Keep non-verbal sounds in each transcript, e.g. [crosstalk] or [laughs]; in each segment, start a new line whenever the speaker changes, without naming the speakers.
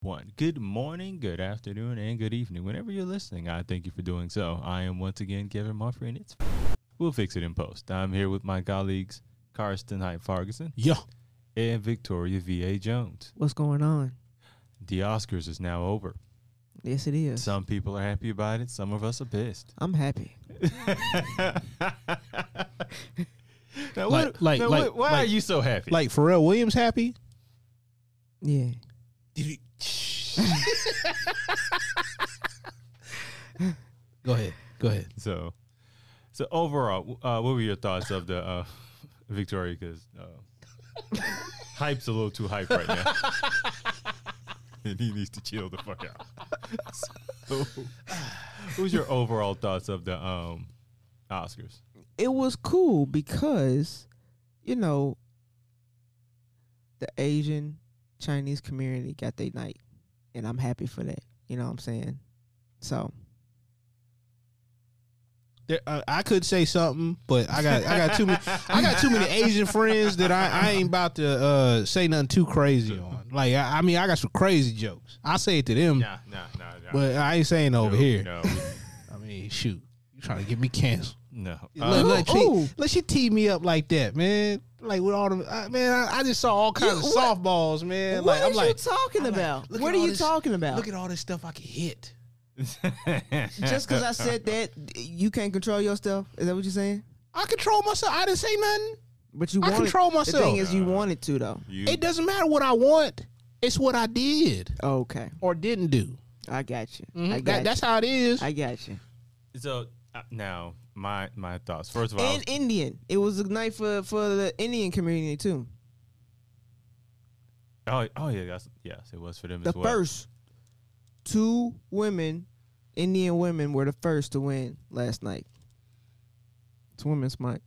one. Good morning, good afternoon, and good evening. Whenever you're listening, I thank you for doing so. I am once again Kevin Murphy, and it's We'll Fix It in Post. I'm here with my colleagues Karsten Hype Ferguson
Yo.
and Victoria V.A. Jones.
What's going on?
The Oscars is now over.
Yes, it is.
Some people are happy about it, some of us are
[laughs]
pissed. [laughs]
I'm happy.
Now
Like-
what-
like-
now
like-
what- why
like-
are you so happy?
Like Pharrell Williams happy?
Yeah.
Go ahead. Go ahead.
So, so overall, w- uh, what were your thoughts of the uh, [laughs] Victoria? Because uh, [laughs] hype's a little too hype right now, [laughs] and he needs to chill the fuck out. [laughs] So, what was your overall thoughts of the um, Oscars?
It was cool because, you know, the Asian Chinese community got their night. And I'm happy for that. You know what I'm saying? So
There, uh, I could say something, but I got I got too [laughs] many I got too many Asian friends that I, I ain't about to uh, say nothing too crazy on. Like I, I mean, I got some crazy jokes. I say it to them,
Nah, nah, nah, nah.
but I ain't saying
No,
over here.
no,
I mean, shoot, you trying to get me canceled?
no.
let,
Uh,
look.
let, she,
ooh.
let she tee me up like that, man. Like with all the I, man, I, I just saw all kinds
You-
of
what-
softballs, man.
what
like I'm
is
like,
you talking
I'm like,
about?
look
what
at
are
all
you
this-
talking
[laughs]
about?
look at all this stuff I can hit.
Uh,
Just because I said that, you can't control yourself. Is that what you're saying?
I control myself. I didn't say nothing.
But you
I
wanted,
control
The thing
myself.
is, you wanted to though.
[laughs] you,
It doesn't matter what I want. It's what I did
Okay,
or didn't do.
I got you.
Mhm.
Mm-hmm. I got
That- that's
you.
how it is.
I got you.
so uh, now my my thoughts. First of all, I was-
And Indian. It was a night for for the Indian community too.
oh, oh yeah, that's, yes, it was for them
The
as well.
first two women, Indian women, were the first to win last night. It's women's mic.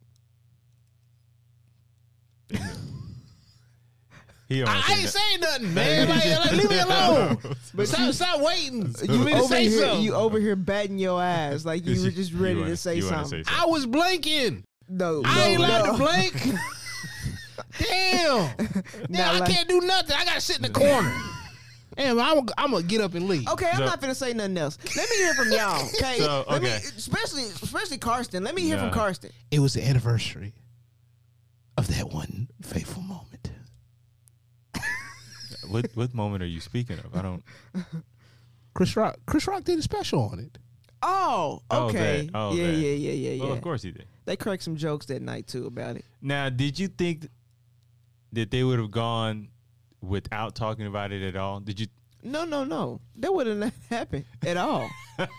he
I, I
honestly- [laughs]
ain't saying nothing, man. Like, like, leave me
[laughs]
alone. stop, stop waiting. You mean to
over
say
here,
something?
you over here batting your ass
[laughs]
like you were just ready
wanna-
to say
you wanna
something.
something.
I was blanking.
No,
I ain't
no,
allowed
no.
to blank.
[laughs]
Damn. Damn,
Not
I
like-
can't do nothing. I gotta sit in the corner. Damn, I'm, I'm gonna get up and leave.
Okay, I'm
So-
not gonna say nothing else. Let me hear
[laughs]
from y'all. Okay,
So,
Let me,
okay.
especially especially Karsten. Let me hear
Nah.
from Karsten.
It was the anniversary of that one fateful moment.
what what moment are you speaking of? I don't.
Chris Rock, Chris Rock did a special on it.
Oh,
Oh,
okay.
that. Oh,
yeah,
that.
yeah, yeah, yeah, yeah.
Well, of course he did.
They cracked some jokes that night too about it.
Now, did you think th- that they would have gone without talking about it at all? Did you?
No, no, no. That would have not happened at all.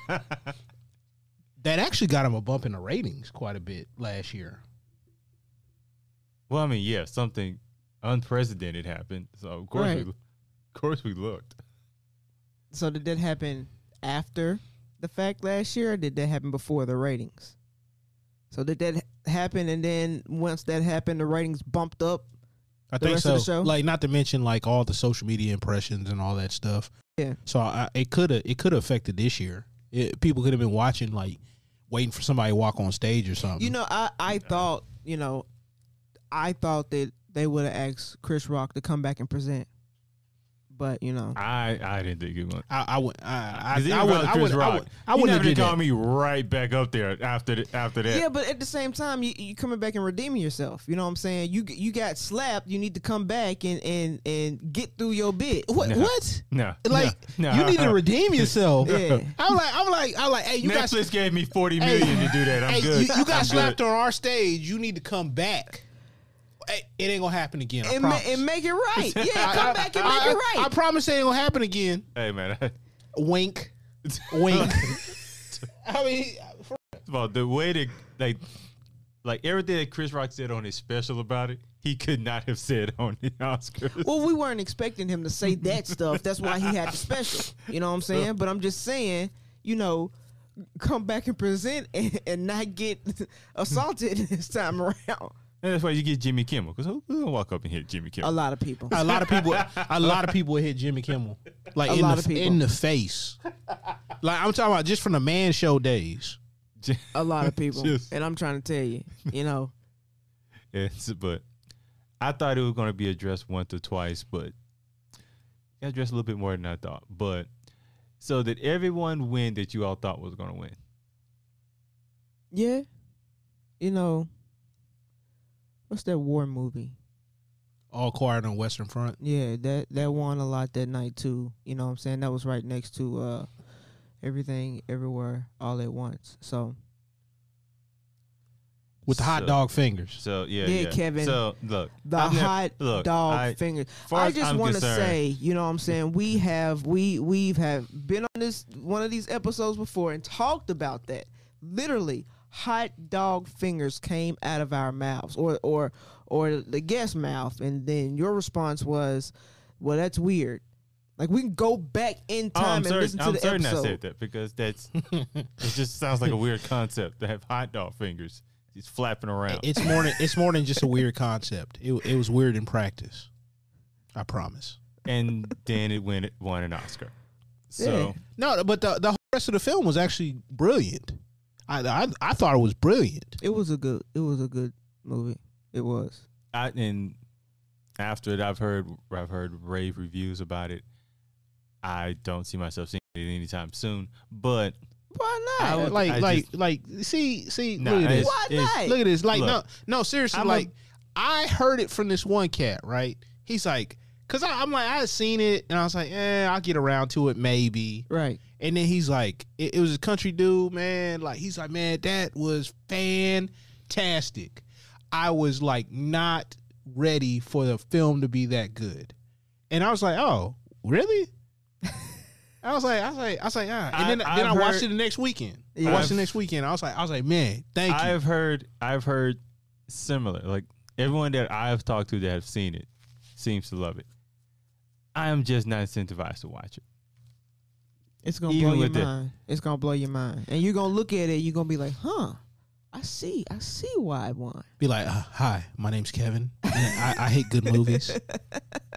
That actually got him a bump in the ratings quite a bit last year.
Well, I mean, yeah, something unprecedented happened. So of course,
Right.
we, of course, we looked.
so did that happen after the fact last year, or did that happen before the ratings? So did that happen, and then once that happened, the ratings bumped up.
I
The
think
rest
so.
of the show?
Like not to mention like all the social media impressions and all that stuff.
Yeah.
So I, it could have it could have affected this year. It, people could have been watching like waiting for somebody to walk on stage or something.
You know, I I thought you know, I thought that they would have asked Chris Rock to come back and present, but you know,
I I didn't think it was.
I, I would I I,
Because
I
I
would I
Chris
would I
Rock,
would I wouldn't have
have
did that.
called me right back up there after the, after that.
yeah. But at the same time, you you coming back and redeeming yourself. You know what I'm saying? You you got slapped. You need to come back and and and get through your bit.
What
No.
what?
No,
Like
No.
you need
[laughs]
to redeem yourself.
[laughs] Yeah.
I'm like I'm like I'm like hey you got
Netflix gave me forty
Hey,
million to do that. I'm
hey,
good.
You, you got
I'm
slapped
good.
on our stage. You need to come back. Hey, it ain't gonna happen again. I
and, ma-
promise.
and make
[laughs]
it right. Yeah,
I-
come
I-
back and
I-
make
I,
it right.
Uh, I promise it ain't gonna happen again.
Hey man, [laughs]
Wink, wink. I mean, for-
Well, the way that like like everything that Chris Rock said on his special about it, he could not have said on the Oscars.
well, we weren't expecting him to say that stuff. That's why he had the special. You know what I'm saying? But I'm just saying, you know, come back and present and, and not get [laughs] assaulted [laughs] this time around.
and that's why you get Jimmy Kimmel because who, who gonna walk up and hit Jimmy
A
Kimmel?
lot of people.
a lot of people, a lot
[laughs]
of people hit Jimmy Kimmel, like
A
in
lot
the
of people.
in the face. Like I'm talking about just from the man show days.
[laughs]
A lot of people.
Just-
And I'm trying to tell you, you know,
Yes, but I thought it was gonna be addressed once or twice, but I dressed a little bit more than I thought. But so did everyone win that you all thought was gonna win?
Yeah. You know, what's that war movie?
All Quiet on Western Front.
Yeah, that that won a lot that night too. You know what I'm saying? That was right next to uh everything everywhere all at once. So
with the hot
So-
dog fingers.
So yeah,
Yeah, Kevin.
So look,
the
I've never-
hot
look,
dog
I-
fingers.
far
I
as
just
I'm
want to
concerned-
say, you know what I'm saying? We have we we've have been on this one of these episodes before and talked about that. Literally, hot dog fingers came out of our mouths or or or the guest mouth and then your response was, "Well, that's weird." Like we can go back in
Oh, I'm
time and
sorry.
listen to
I'm
the
certain I
episode.
said that because that's it. Just sounds like a weird concept to have hot dog fingers just flapping around.
It's more than it's more than just a weird concept. It it was weird in practice. I promise.
and then it went won an Oscar. So
No, but the the whole rest of the film was actually brilliant. I I, I thought it was brilliant.
It was a good it was a good movie. It was.
I and after it, I've heard I've heard rave reviews about it. I don't see myself seeing it anytime soon, but
Why
I
not?
would-
like
I
like
just-
like see see
nah,
look at this.
it's-
Why
it's-
not?
Look at this. Like
Look.
no no seriously
I'm a-
like I heard it from this one cat right. He's like because I'm like I had seen it and I was like eh I'll get around to it maybe
right.
And then he's like, it, it was a country dude, man. Like he's like, man, that was fantastic. I was like not ready for the film to be that good. And I was like, oh, really?
[laughs]
I was like, I was like, I was like, ah.
I-
And then, then I
I've
watched
heard-
it the next weekend. I
Yeah.
watched it
I've-
the next weekend. I was like, I was like, man, thank you.
I've heard I've heard similar. Like everyone that I've talked to that have seen it seems to love it. I am just not incentivized to watch it.
It's gonna
Even
blow your
with the-
mind. It's gonna blow your mind, and you're gonna look at it. You're gonna be like, "Huh, I see. I see why it won."
Be like, uh, hi, my name's Kevin. And I, I hate good [laughs] movies.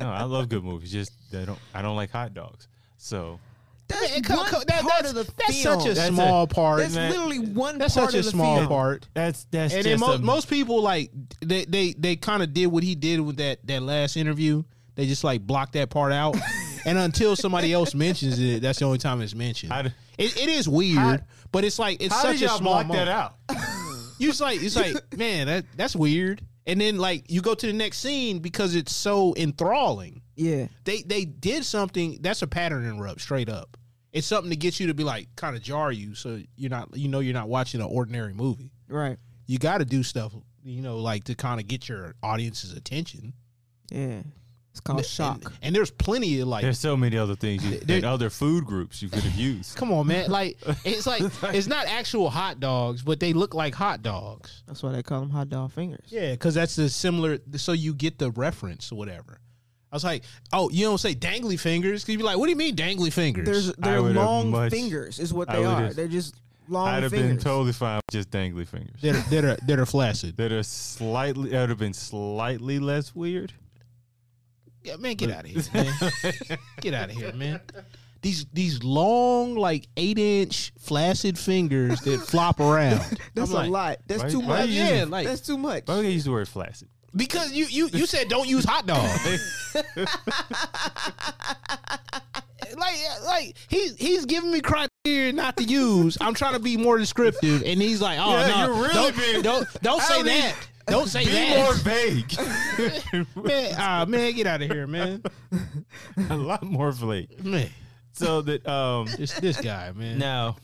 No, I love good movies. Just they don't. I don't like hot dogs. So
That's
It co-
one
co- that-
part
that's,
of the
that's
film.
such a
That's a-
small part.
That's
That's,
man.
literally one part
such a
of the
small
film.
part.
that's that's
and then
just
most,
a-
most people like they they, they kind of did what he did with that that last interview. They just like blocked that
[laughs]
part out, and until somebody else mentions it, that's the only time it's mentioned.
How d-
it, it is weird,
How-
but it's like it's
How
such
did
a
y'all
small
block
moment.
that out?
You just like
[laughs]
it's like man, that that's weird. And then like you go to the next scene because it's so enthralling.
Yeah,
They they did something that's a pattern interrupt straight up. It's something to get you to be like kind of jar you, so you're not you know you're not watching an ordinary movie
right.
you got to do stuff, you know, like to kind of get your audience's attention.
Yeah, it's called
And-
Oh, shock.
And, there's plenty of like,
There's so many other things you,
There-
and other food groups you could have used.
come on, [laughs] man. Like, it's like, it's not actual hot dogs, but they look like hot dogs.
That's why they call them hot dog fingers.
Yeah, because that's the similar, so you get the reference or whatever. I was like, oh, you don't say dangly fingers? Because you'd be like, what do you mean dangly fingers?
There's
I
they're
would've
long
much-
fingers, is what
I
they
would've
are.
just-
they're just long
I'd have been
fingers.
totally fine with just dangly fingers.
that, are, that, are, that are [laughs] flaccid.
That are slightly. That would have been slightly less weird.
Yeah, man, get out of [laughs] here, man. get out of here, man. These these long, like eight inch flaccid fingers that flop around.
[laughs] That's
I'm
a
like,
lot. That's
why-
too
why
much.
you
Yeah, using- like-
that's too much.
Why would I use the word flaccid?
Because you you you said don't use
[laughs]
hot dog. like like he's he's giving me criteria not to use. I'm trying to be more descriptive, and he's like, oh
Yeah,
no,
you're really
don't,
being-
don't don't say
don't need-
that. Don't say
Be
that.
[laughs] more vague.
[laughs] man, ah, man, get out of here, man.
a lot more vague.
Man,
So that um
this this guy, man.
now,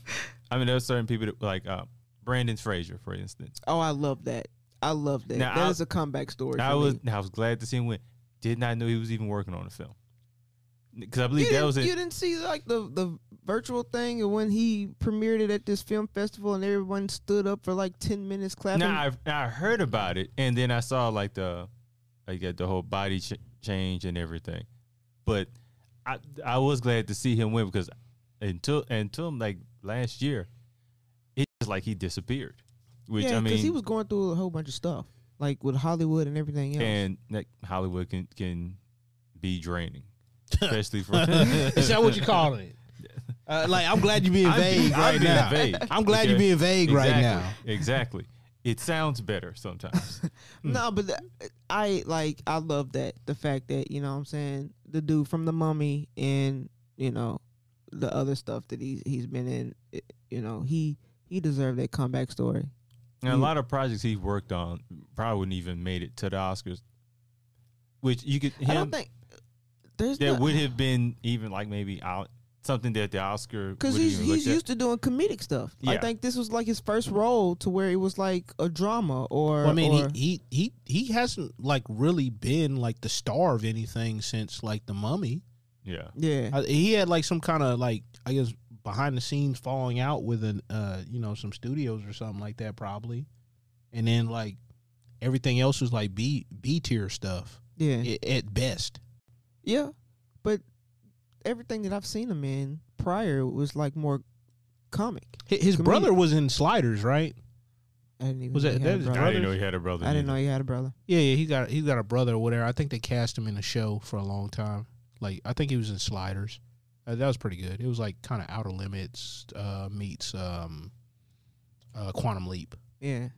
I mean, there's certain people that like uh, Brandon Fraser, for instance.
oh, I love that. I love that.
Now,
that
I-
is a comeback story.
I
for
was
me.
I was glad to see him win. Did not know he was even working on the film because I
You
believe that was
didn't,
it.
you didn't see like the the virtual thing and when he premiered it at this film festival and everyone stood up for like ten minutes clapping.
No, I I heard about it, and then I saw like the, I get the whole body ch- change and everything, but I I was glad to see him win because until until like last year, it's just like he disappeared, which
yeah,
I mean,
he was going through a whole bunch of stuff like with Hollywood and everything else.
and like Hollywood can can be
[laughs]
draining, especially for
Is that what you calling it? Uh, like I'm glad you're
[laughs]
being
I'm
vague
being- I'm
right
being
now.
vague,
I'm glad you're
okay?
being vague right
Exactly,
now.
Exactly, it sounds better
[laughs]
sometimes.
No, but th- I like I love that the fact that you know what I'm saying the dude from the mummy and you know the other stuff that he's he's been in it- you know he he deserved that comeback story
And a
Mm.
lot of projects he worked on probably wouldn't even made it to the Oscars. Which you could
i don't
him
think there's
that
not-
would have been even like maybe out something that the Oscar
Cause
would've
he's
even
he's
looked at.
used to doing comedic stuff. I
Yeah.
think this was like his first role to where it was like a drama or.
Well, I mean,
or-
he, he he he hasn't like really been like the star of anything since like the Mummy.
yeah.
yeah,
I, he had like some kind of like I guess behind the scenes falling out with an uh you know some studios or something like that probably, and then like everything else was like B B tier stuff
yeah,
i- at best.
yeah. But everything that I've seen him in prior was like more comic.
Hi- His
Comedic.
brother was in Sliders, right?
I didn't even
Was
know
that-
he had
that is
a brother.
I didn't know
Brothers?
he had a brother.
I didn't know
neither.
he had a brother.
Yeah, yeah, he got he got a brother or whatever. I think they cast him in a show for a long time. Like I think he was in Sliders. Uh, that was pretty good. It was like kind of Outer Limits uh, meets um, uh, Quantum Leap.
Yeah,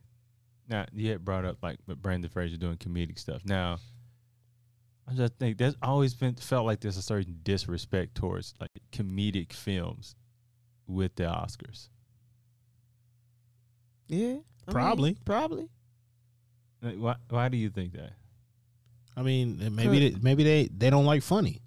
Now you had brought up like but Brandon Fraser doing comedic stuff. Now I just think that's always been felt like there's a certain disrespect towards like comedic films with the Oscars.
yeah. I mean,
Probably.
probably.
Like, why why do you think that?
I mean, uh, maybe they, maybe they they don't like funny.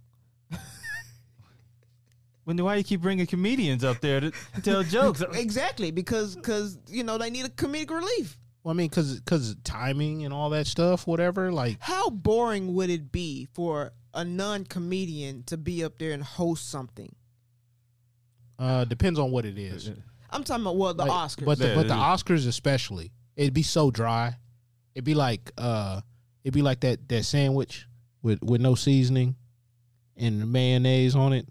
When why you keep bringing comedians up there to tell
[laughs]
jokes?
exactly because because you know they need a comedic relief.
Well, I mean, cause cause timing and all that stuff, whatever. Like,
How boring would it be for a non-comedian to be up there and host something?
uh, depends on what it is.
I'm talking about well the
Like,
Oscars,
but the,
Yeah,
but the
it
Oscars especially, it'd be so dry. It'd be like uh, it'd be like that that sandwich with with no seasoning, and mayonnaise on it.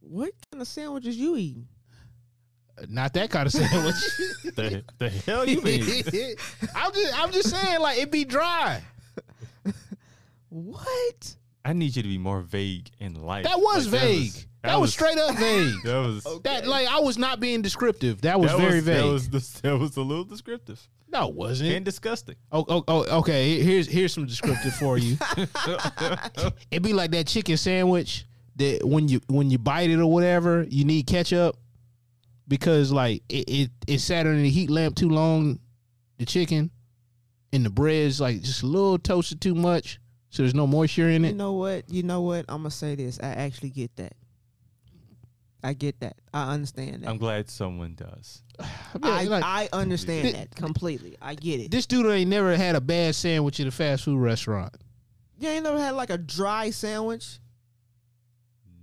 What kind of sandwiches you eating?
Not that kind of [laughs]
[laughs]
sandwich.
the, the hell you mean?
I'm just I'm just saying like it'd be dry.
What?
I need you to be more vague in life.
That was
Like,
vague. That, was, straight up vague.
[laughs] That was
That like I was not being descriptive. That was
that
very vague.
That was, the- that was a little descriptive
no, it wasn't.
and
[laughs]
disgusting.
Oh, oh, oh, okay. Here's here's some descriptive for you. It'd be like that chicken sandwich that when you when you bite it or whatever, you need ketchup because like it it, it sat under the heat lamp too long, the chicken, and the bread's like just a little toasted too much, so there's no moisture in
You
it.
know what? You know what? I'm gonna say this. I actually get that. I get that. I understand that.
I'm glad someone does.
I mean,
I,
like,
I understand
Th-
that completely. I get it.
this dude ain't never had a bad sandwich at a fast food restaurant.
You ain't never had like a dry sandwich.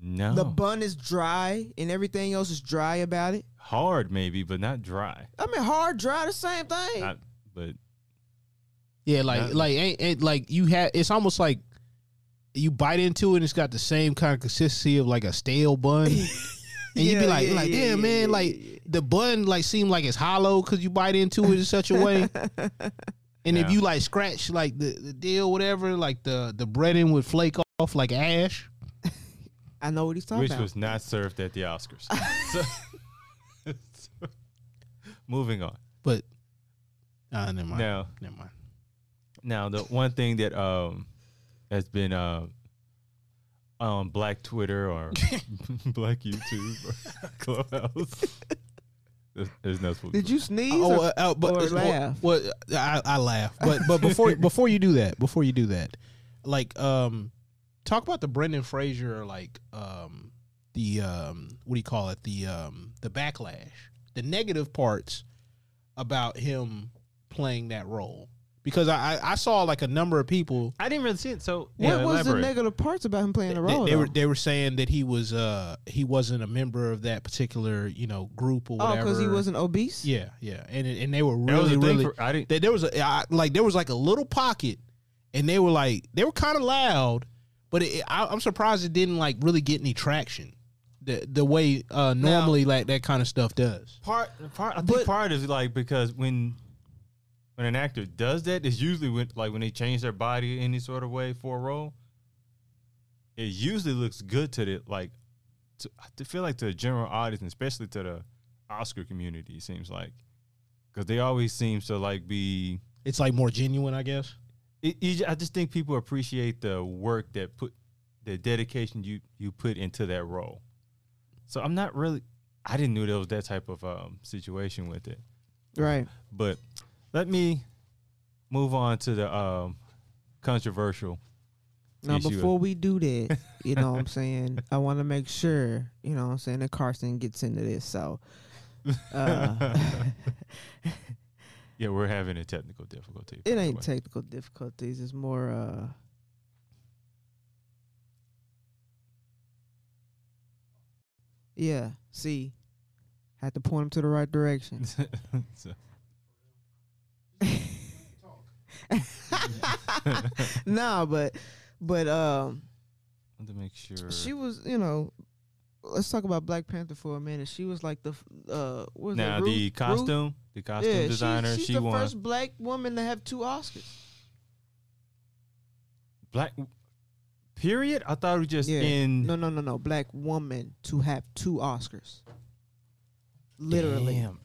No,
The bun is dry and everything else is dry about it.
hard maybe, but not dry.
I mean, hard, dry, the same thing.
Not- but
Yeah, like
Yeah.
like ain't, ain't like you had. It's almost like you bite into it, and it's got the same kind of consistency of like a stale
[laughs]
bun. And you'd
Yeah,
be like,
yeah,
like,
yeah,
damn
yeah,
man,
yeah,
like
yeah, yeah.
the bun like seemed like it's hollow because you bite into it in such a
[laughs]
way. and
Yeah.
if you like scratch like the, the deal, whatever, like the the breading would flake off like ash.
I know what he's talking
which
about.
was not served at the
[laughs]
Oscars. [laughs] So- moving on.
But uh, never mind,
Now,
never mind.
now the one thing that um has been uh on Black Twitter
[laughs]
or Black YouTube or [laughs] Clubhouse. There's- There's no supposed to
Did
be-
you sneeze?
Oh,
or-
uh, uh, but
or
it's-
laugh?
Well, well, I, I laugh, but but
[laughs]
before before you do that, before you do that, like um, talk about the Brendan Fraser, like um, the um, what do you call it? The um, the backlash, the negative parts about him playing that role, because I I, I saw like a number of people
I didn't really see it. So
what
yeah,
was the
elaborate.
negative parts about him playing the
They-
role?
They, were
though?
they were saying that he was uh he wasn't a member of that particular you know group or
oh,
whatever.
because he wasn't obese.
Yeah, yeah, and it- and they were
That was
really
the thing
really.
for- I didn't.
that there was a I, like there was like a little pocket, and they were like they were kind of loud, but it, I, I'm surprised it didn't like really get any traction, the the way uh, normally like that kind of stuff does.
Part, part, I think
But-
part is like because when when an actor does that, it's usually when like when they change their body any sort of way for a role. It usually looks good to the like to, I feel like to the general audience, and especially to the Oscar community. It seems like because they always seem to like be.
It's like more genuine, I guess.
It, you ju- I just think people appreciate the work that put the dedication you you put into that role. So I'm not really. I didn't know there was that type of um, situation with it.
Right.
But let me move on to the um, controversial.
Now,
issue.
before we do that, you know what I'm saying? I want to make sure, you know what I'm saying, that Carson gets into this. So, uh, [laughs]
Yeah, we're having a technical difficulty. by
it
the
ain't
way.
technical difficulties. It's more, uh, yeah, see, had to point him to the right direction. [laughs]
[laughs] So,
nah, but, but, um,
I want to make sure.
she was, you know, let's talk about Black Panther for a minute. She was like the, f- uh, what was
now
that?
the
Ruth- Ruth-
costume, the costume
she-
designer,
she's
she
the
won
first black woman to have two Oscars.
black. Period. I thought it was just
Yeah.
in.
No, no, no, no. Black woman to have two Oscars. Literally.
Damn.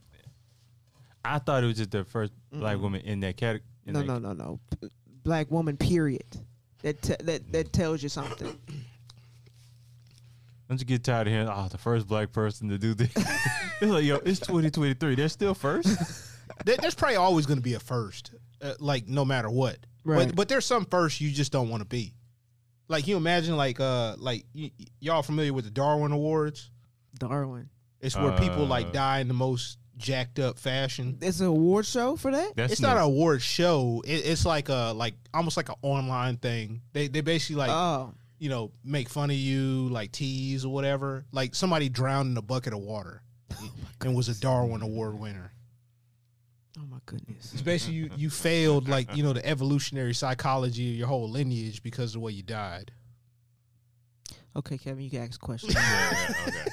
I thought it was just the 1st black
Mm-mm.
woman in that category.
No, no, no, no. P- Black woman. Period. That te- that that tells you something.
Don't you get tired of hearing, oh, the first black person to do this? [laughs] it's like, yo, it's 2023. They're still
[laughs]
first?
There- there's probably always going to be a first, uh, like no matter what.
Right.
But but there's some first you just don't want to be. Like you imagine, like uh, like y- y- y'all familiar with the Darwin Awards?
Darwin.
It's where people
Uh.
like die in the most jacked up fashion.
There's an award show for that.
Hmm? That's
it's not an award show. It, it's like a like almost like an online thing. They they basically like
oh,
you know make fun of you, like tease or whatever. Like somebody drowned in a bucket of water
Hmm.
and was a Darwin Award winner.
oh my goodness.
It's basically you you failed like you know the evolutionary psychology of your whole lineage because of the way you died.
Okay, Kevin, you can ask questions. [laughs]
Yeah, yeah, okay. [laughs]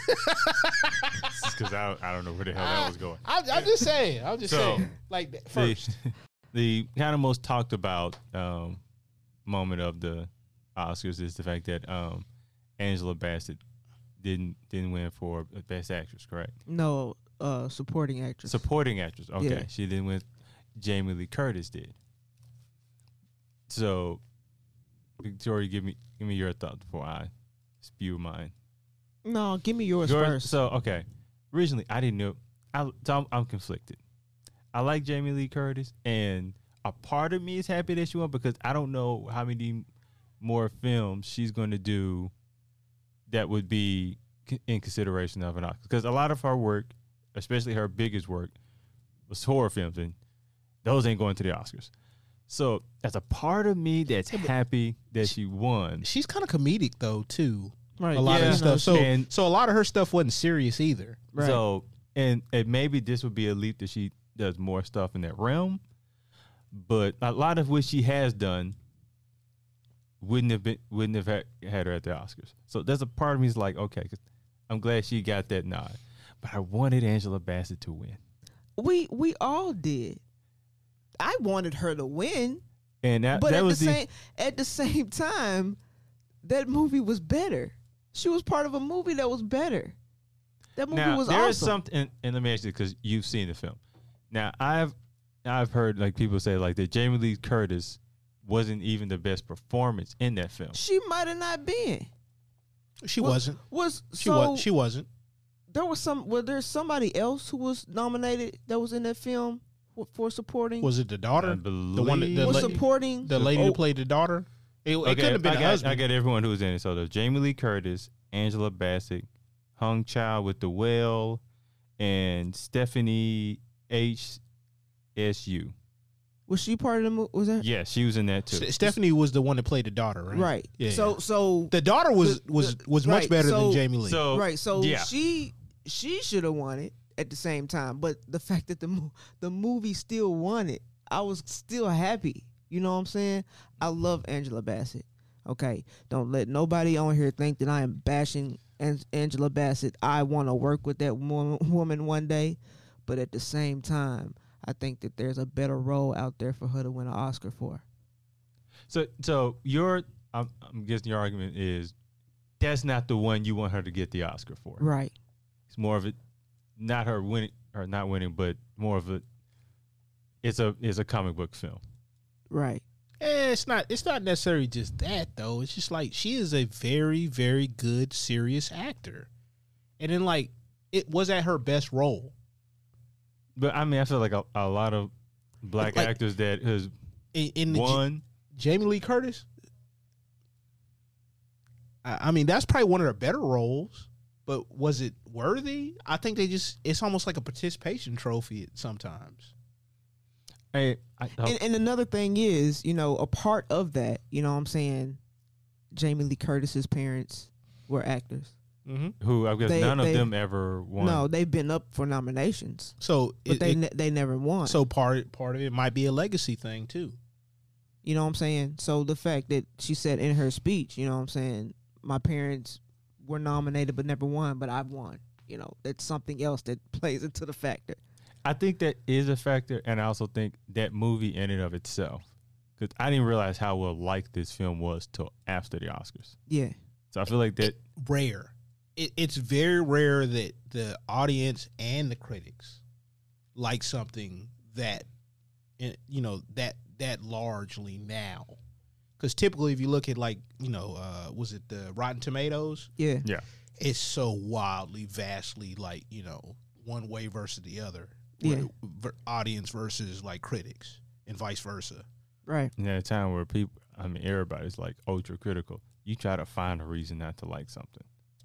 Because I, don't- I don't know where the hell that was going.
I,
[laughs]
I'm just saying. I'm just
So,
saying. Like that- first,
[laughs] The, the kind of most talked about um, moment of the Oscars is the fact that um, Angela Bassett didn't didn't win for Best Actress, correct?
no, uh, supporting actress.
Supporting actress. Okay.
Yeah.
She then went Jamie Lee Curtis did. So Victoria, give me give me your thought before I spew mine.
no, give me yours,
Yours-
first.
So okay. Originally I didn't know I so I'm, I'm conflicted. I like Jamie Lee Curtis and a part of me is happy that she won because I don't know how many more films she's going to do that would be c- in consideration of an Oscar. Because a lot of her work, especially her biggest work, was horror films, and those ain't going to the Oscars. So that's a part of me that's happy that she won.
she's kind of comedic though too.
right.
A lot
yeah.
of stuff. So
And-
so a lot of her stuff wasn't serious either.
Right.
So and and maybe this would be a leap that she does more stuff in that realm, but a lot of what she has done wouldn't have been wouldn't have had, had her at the Oscars. So there's a part of me is like, okay, 'cause I'm glad she got that nod, but I wanted Angela Bassett to win,
we we all did. I wanted her to win.
and that
but
that
at
was
the same at the same time, that movie was better. She was part of a movie that was better. That movie
now
was
there
awesome.
is something, and, and let me ask you because you've seen the film. Now I've I've heard like people say like that Jamie Lee Curtis wasn't even the best performance in that film.
she might have not been.
She
Well,
wasn't.
Was
She
so
was. She wasn't.
there was some. Was there somebody else who was nominated that was in that film for, for supporting?
Was it the daughter?
I
the one that- the
believe-
was
let-
supporting?
the lady who
Oh.
played the daughter. It, it could have been
I
the
got,
husband.
I got everyone who was in it. So there's Jamie Lee Curtis, Angela Bassett, Hung Chow with the Whale, and Stephanie H. S. U.
was she part of the movie? Was that
Yeah, she was in that too.
S- Stephanie was the one that played the daughter, right?
right?
Yeah.
so so
The daughter was
The-
was
the-
was
right,
much better
so-
than Jamie Lee.
So
right. So
yeah.
she she should have won it at the same time, but the [laughs] fact that the mo- the movie still won it, I was still happy. You know what I'm saying? I love Angela Bassett. Okay, don't let nobody on here think that I am bashing An- Angela Bassett. I want to work with that woman, woman one day, but at the same time, I think that there's a better role out there for her to win an Oscar for.
so so your I'm, I'm guessing your argument is that's not the one you want her to get the Oscar for.
Right.
It's more of it, not her winning or not winning, but more of a. It's a it's a comic book film.
Right.
Eh, it's not. It's not necessarily just that though. It's just like she is a very, very good serious actor, and then like it was at her best role.
But I mean, I feel like a, a lot of black
Like-
actors that has
In, in the J-
won.
Jamie Lee Curtis. I, I mean, that's probably one of her better roles. But was it worthy? I think they just. It's almost like a participation trophy sometimes.
Hey, I, oh,
And, and another thing is, you know, a part of that, you know what I'm saying? Jamie Lee Curtis's parents were actors.
Mm-hmm.
who I guess
they-
none of
they-
them ever won.
No, they've been up for nominations,
So
but
it,
they
it-
ne- they never won.
so part part of it might be a legacy thing too.
You know what I'm saying? So the fact that she said in her speech, you know what I'm saying, my parents were nominated but never won, but I've won. You know, that's something else that [laughs] plays into the factor.
I think that is a factor, and I also think that movie in and of itself, because I didn't realize how well liked this film was till after the Oscars.
Yeah.
So I feel like that.
rare. It, it's very rare that the audience and the critics like something that eh, you know that that largely now. Because typically, if you look at like you know, uh, was it the Rotten Tomatoes?
Yeah.
It's so wildly, vastly like you know one way versus the other.
Yeah.
Ver- audience versus like critics and vice versa.
Right.
in a time where people, I mean, everybody's like ultra critical. You try to find a reason not to like something.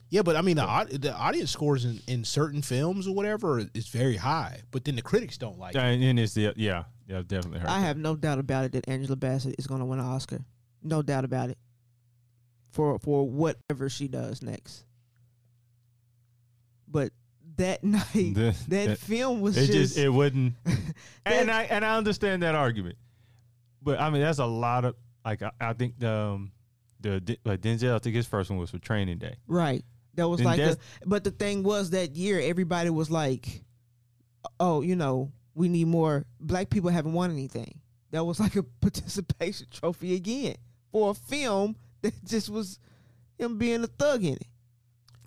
Yeah, but I mean the, au- the audience scores in, in certain films or whatever is very high, but then the critics don't like. it.
And, and it's the yeah, yeah, I've definitely heard.
I
that.
have [laughs] no doubt about it that Angela Bassett is going to win an Oscar. No doubt about it. For for whatever she does next. But that [laughs] night,
[laughs] The-
that
it-
film was
it
just,
just it wouldn't.
That-
and I and I understand that argument, but I mean that's a lot of like I, I think the um, the D- like Denzel I think his first one was for Training Day.
[laughs] right. That was
And
like,
that's-
the, but the thing was that year everybody was like, oh, you know, we need more black people haven't won anything. That was like a [laughs] participation trophy again for a film that just was him being a thug in it.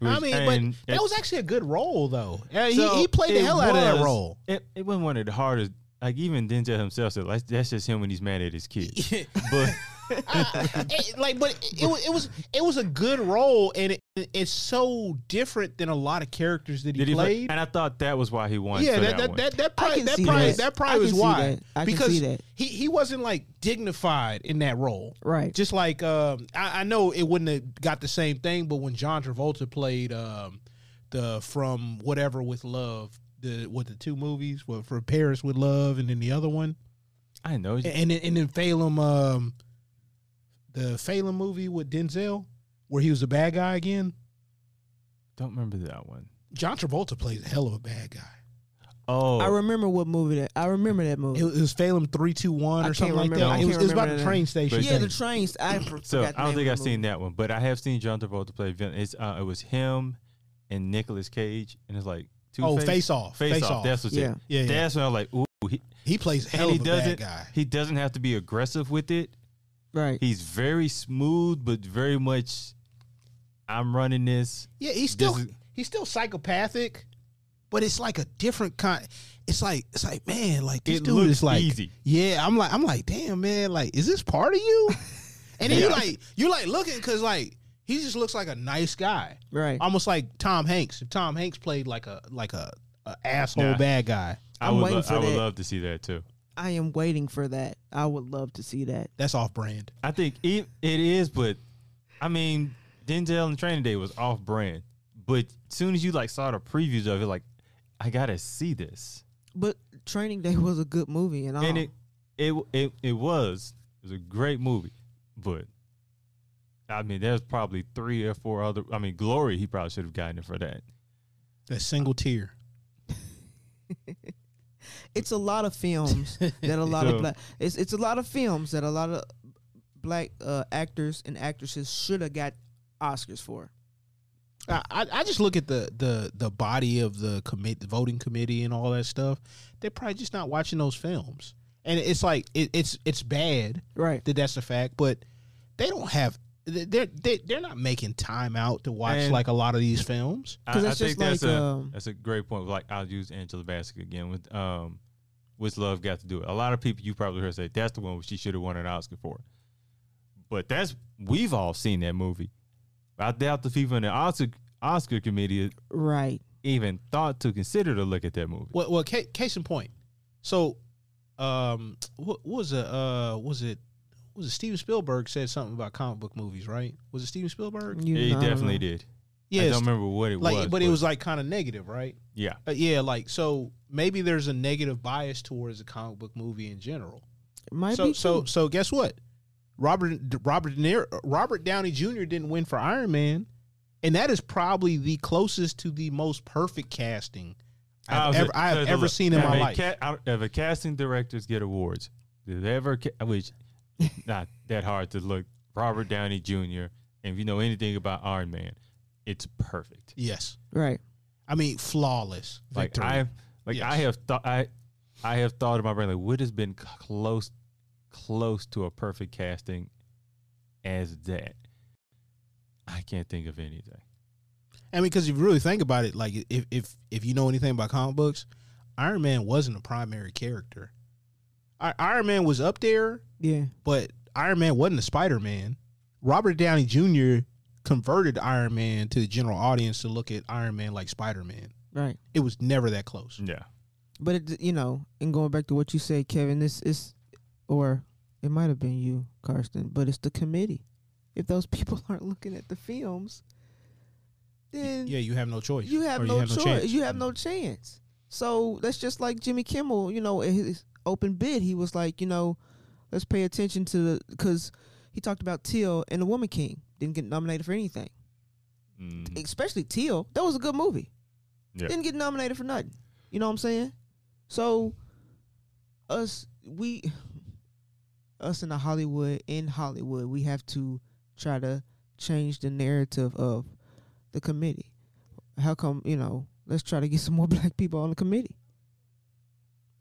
I
which-
mean,
and
but that
it-
was actually a good role, though. Yeah, he,
So
he played the
it
hell out of that
was-
role. [laughs]
It, it wasn't one of the hardest. Like even Denzel himself said, like, that's just him when he's mad at his
[laughs]
kids. but
I- I- it- like, but it, it was it was it was a good role, and it, it's so different than a lot of characters that he
did he?
played.
and I thought that was why he won.
yeah,
for
that
one.
that, that that
I
probably
can
that
see
probably
that.
that
I
probably
can
was
see
why
that. I can
because
see that.
he he wasn't like dignified in that role.
Right.
Just like um, I, I know it wouldn't have got the same thing, but when John Travolta played um, the from whatever with love, the what the two movies were for Paris with love, and then the other one,
I know.
and and then, and then Phelim, um, the Phelim movie with Denzel, where he was a bad guy again.
Don't remember that one.
John Travolta plays a hell of a bad guy.
Oh,
I remember what movie that I remember that movie.
It was, it was Phelim three two one or
I can't
something like
remember-
I
that. It was,
can't
it was about
remember
the
that.
train station.
yeah, the
thing.
trains. I for-
so
forgot. the
I don't
name
think
of
I've
the
seen
movie.
that one, but I have seen John Travolta play villain. It's uh, it was him and Nicolas Cage, and it's like two
oh, face off,
face, off. That's what.
Yeah.
Yeah,
yeah, yeah.
that's when I was like, ooh, he,
he plays a hell
and he
of a bad
doesn't.
guy.
He doesn't have to be aggressive with it.
Right.
He's very smooth, but very much. I'm running this.
Yeah, he's still
This is-
he's still psychopathic, but it's like a different kind. It's like it's like man, like this
It
dude
looks
is like
easy.
Yeah, I'm like I'm like damn man, like is this part of
[laughs]
you? And then you
Yeah.
like you like looking because like he just looks like a nice guy,
Right.
almost like Tom Hanks. If Tom Hanks played like a like a, a asshole
Nah.
bad guy,
I
I'm
would.
waiting
Lo-
for
I would
that.
love to see that too.
I am waiting for that. I would love to see that.
that's off brand.
I think it, it is, but I mean, Denzel and Training Day was off brand, but soon as you like saw the previews of it, like I gotta see this,
But Training Day [laughs] was a good movie, and, all.
and it, it it it was it was a great movie, but I mean, there's probably three or four other. I mean, Glory, he probably should have gotten it for that.
That single tear.
it's a lot of films that a
[laughs]
lot
So-
of black. It's it's a lot of films that a lot of black uh, actors and actresses should have got Oscars for.
I, I I just look at the the the body of the commit the voting committee and all that stuff. They're probably just not watching those films, and it's like it, it's it's bad
Right.
that that's a fact, but they don't have they're they, they're not making time out to watch
And-
like a lot of these films.
I,
Because
I
it's just
think that's
like,
a
um,
that's a great point. Like I'll use Angela Bassett again with um What's Love Got to Do? It? A lot of people you probably heard say that's the one she should have won an Oscar for. But that's we've all seen that movie. I doubt the people in the Oscar Oscar committee
Right.
even thought to consider to look at that movie.
Well, well, case, case in point. So, um, what, what was it? Uh, was it? Was it Steven Spielberg said something about comic book movies? Right? Was it Steven Spielberg?
You
He
know, I don't
definitely
know.
did. I
Yes.
Mm, don't remember what it
Like,
was,
but, it was like kind of negative, right?
yeah.
Uh, yeah, like so maybe there's a negative bias towards a comic book movie in general.
It might
so
be
so
true.
so guess what? Robert D- Robert De Niro, Robert Downey Jr. didn't win for Iron Man, and that is probably the closest to the most perfect casting
I
I've
was
ever,
like,
I have
look,
ever
look,
seen in
if
my
a
life.
ca- out- if a casting directors get awards, do they ever? Ca-
[laughs]
which not that hard to look. Robert Downey Jr. And if you know anything about Iron Man, it's perfect.
Yes,
Right.
I mean flawless.
Like
victory.
I, like I
Yes.
have thought, I, I have thought in my brain like, what has been c- close, close to a perfect casting, as that. I can't think of anything.
I mean, because if you really think about it, like if if if you know anything about comic books, Iron Man wasn't a primary character. I, Iron Man was up there,
Yeah.
but Iron Man wasn't a Spider Man. Robert Downey Jr. converted Iron Man to the general audience to look at Iron Man like Spider Man.
Right.
It was never that close.
Yeah.
But it, you know, and going back to what you said, Kevin, this is, or it might have been you, Karsten, but it's the committee. If those [laughs] people aren't looking at the films, then
Yeah, you have no choice.
you have
Or
no choice.
chance.
you have no chance. So that's just like Jimmy Kimmel. You know, in his open bid, he was like, you know, let's pay attention to the because he talked about Teal and the Woman King didn't get nominated for anything,
Mm.
especially Teal. That was a good movie.
Yeah.
Didn't get nominated for nothing. You know what I'm saying? So us we us in the Hollywood in Hollywood, we have to try to change the narrative of the committee. How come, you know, let's try to get [laughs] some more black people on the committee.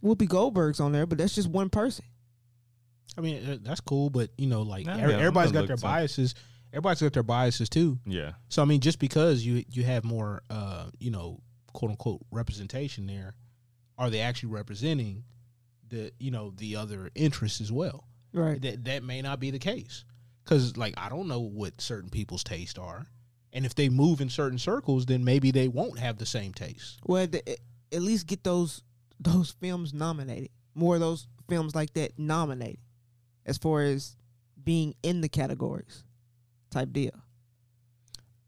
Whoopi Goldberg's on there, but that's just one person.
I mean, uh, that's cool, but you know, like
Nah,
every-
yeah, I'm gonna
everybody's got
look
their
some-
biases. Everybody's got their biases too.
Yeah.
So I mean, just because you you have more, uh, you know, quote unquote representation there, are they actually representing the you know the other interests as well?
Right.
That that may not be the case because like I don't know what certain people's tastes are, and if they move in certain circles, then maybe they won't have the same taste.
Well, the, at least get those [laughs] those films nominated. More of those films like that nominated, as far as being in the categories, type deal.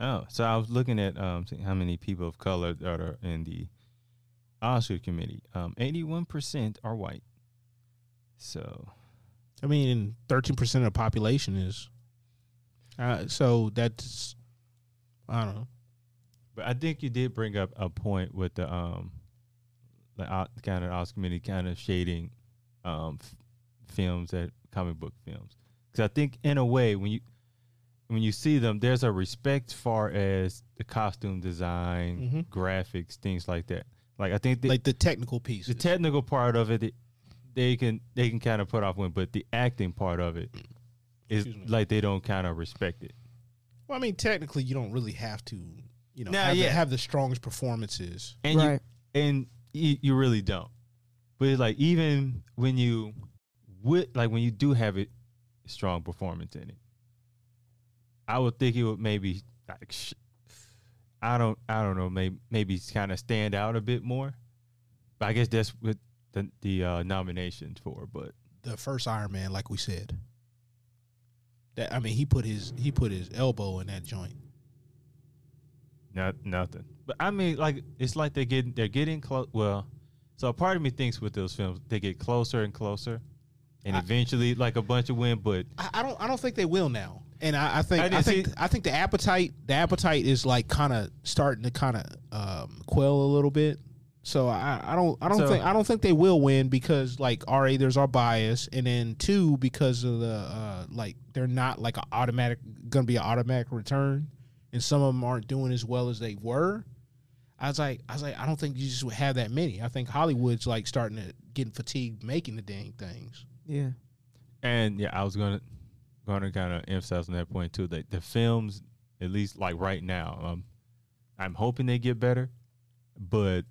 Oh, so I was looking at um, see how many people of color that are in the Oscar committee. Um, eighty-one percent are white. So
I mean, thirteen percent of the population is, uh, so that's I don't know.
But I think you did bring up a point with the um, the o- kind of Oscar committee kind of shading um, f- films at comic book films because I think in a way when you when you see them, there's a respect far as the costume design,
Mhm.
graphics, things like that. Like I think the,
like the technical piece.
the technical part of it, it- they can they can kind of put off one, but the acting part of it is
Excuse me.
like they don't kind of respect it.
Well, I mean, technically, you don't really have to, you know,
Nah,
have,
yeah.
the, have the strongest performances.
And you
right.
and you, you really don't. But it's like even when you would like when you do have it strong performance in it, I would think it would maybe like sh- I don't I don't know maybe maybe kind of stand out a bit more. But I guess that's what the the uh, nominations for. But
The first Iron Man, like we said, that I mean, he put his he put his elbow in that joint.
Not nothing. But I mean, like it's like they're getting they're getting close. Well, so a part of me thinks with those films they get closer and closer, and
I-
eventually like a bunch of win. But
I, I don't I don't think they will now, and I, I think
I
I,
didn't
think
see-
I think the appetite the appetite is like kind of starting to kind of um, quell a little bit. So I, I don't I don't
So-
think I don't think they will win because like ra there's our bias and then two because of the uh, like they're not like an automatic gonna be an automatic return and some of them aren't doing as well as they were. I was like I was like I don't think you just would have that many. I think Hollywood's like starting to getting fatigued making the dang things.
Yeah.
and yeah, I was gonna gonna kind of emphasize on that point too. That the films, at least like right now, um, I'm hoping they get better, but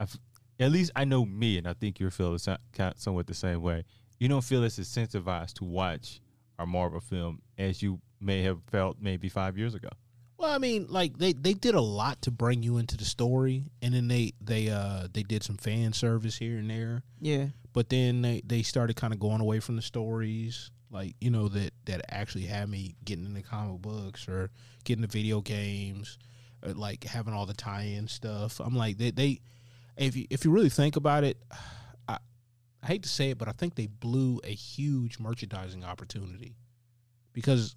I f at least I know me, and I think you feel the sa- ki- somewhat the same way. You don't feel as incentivized to watch a Marvel film as you may have felt maybe five years ago.
Well, I mean, like they they did a lot to bring you into the story, and then they they uh they did some fan service here and there,
Yeah.
but then they they started kind of going away from the stories, like you know that that actually had me getting into comic books or getting into video games, or like having all the tie-in stuff. I'm like they they if you, if you really think about it, [sighs] I I hate to say it, but I think they blew a huge merchandising opportunity because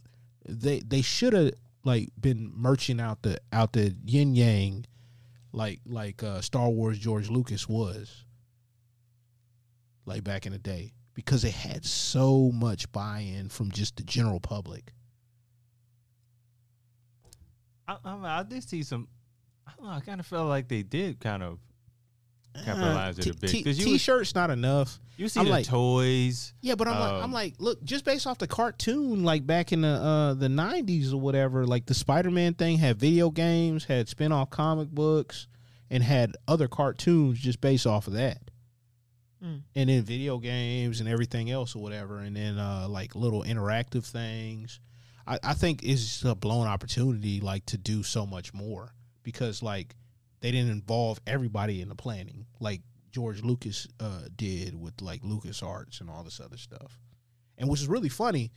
they they should have like been merching out the out the yin yang like like uh Star Wars George Lucas was like back in the day because it had so much buy-in from just the general public.
I, I, mean, I did see some. I don't know. I kind of felt like they did kind of. Capitalize it a
Uh,
bit,
t-
'cause
t-
you was-
T-shirts not enough.
You see
I'm
the
like-
toys.
Yeah, but I'm like,
Um,
I'm like, look, just based off the cartoon, like back in the uh, the '90s or whatever, like the Spider-Man thing had video games, had spin-off comic books, and had other cartoons just based off of that,
Mm.
and then video games and everything else or whatever, and then uh, like little interactive things. I, I think it's just a blown opportunity, like to do so much more because like they didn't involve everybody in the planning, like George Lucas uh, did with like Lucas Arts and all this other stuff. And which is really funny,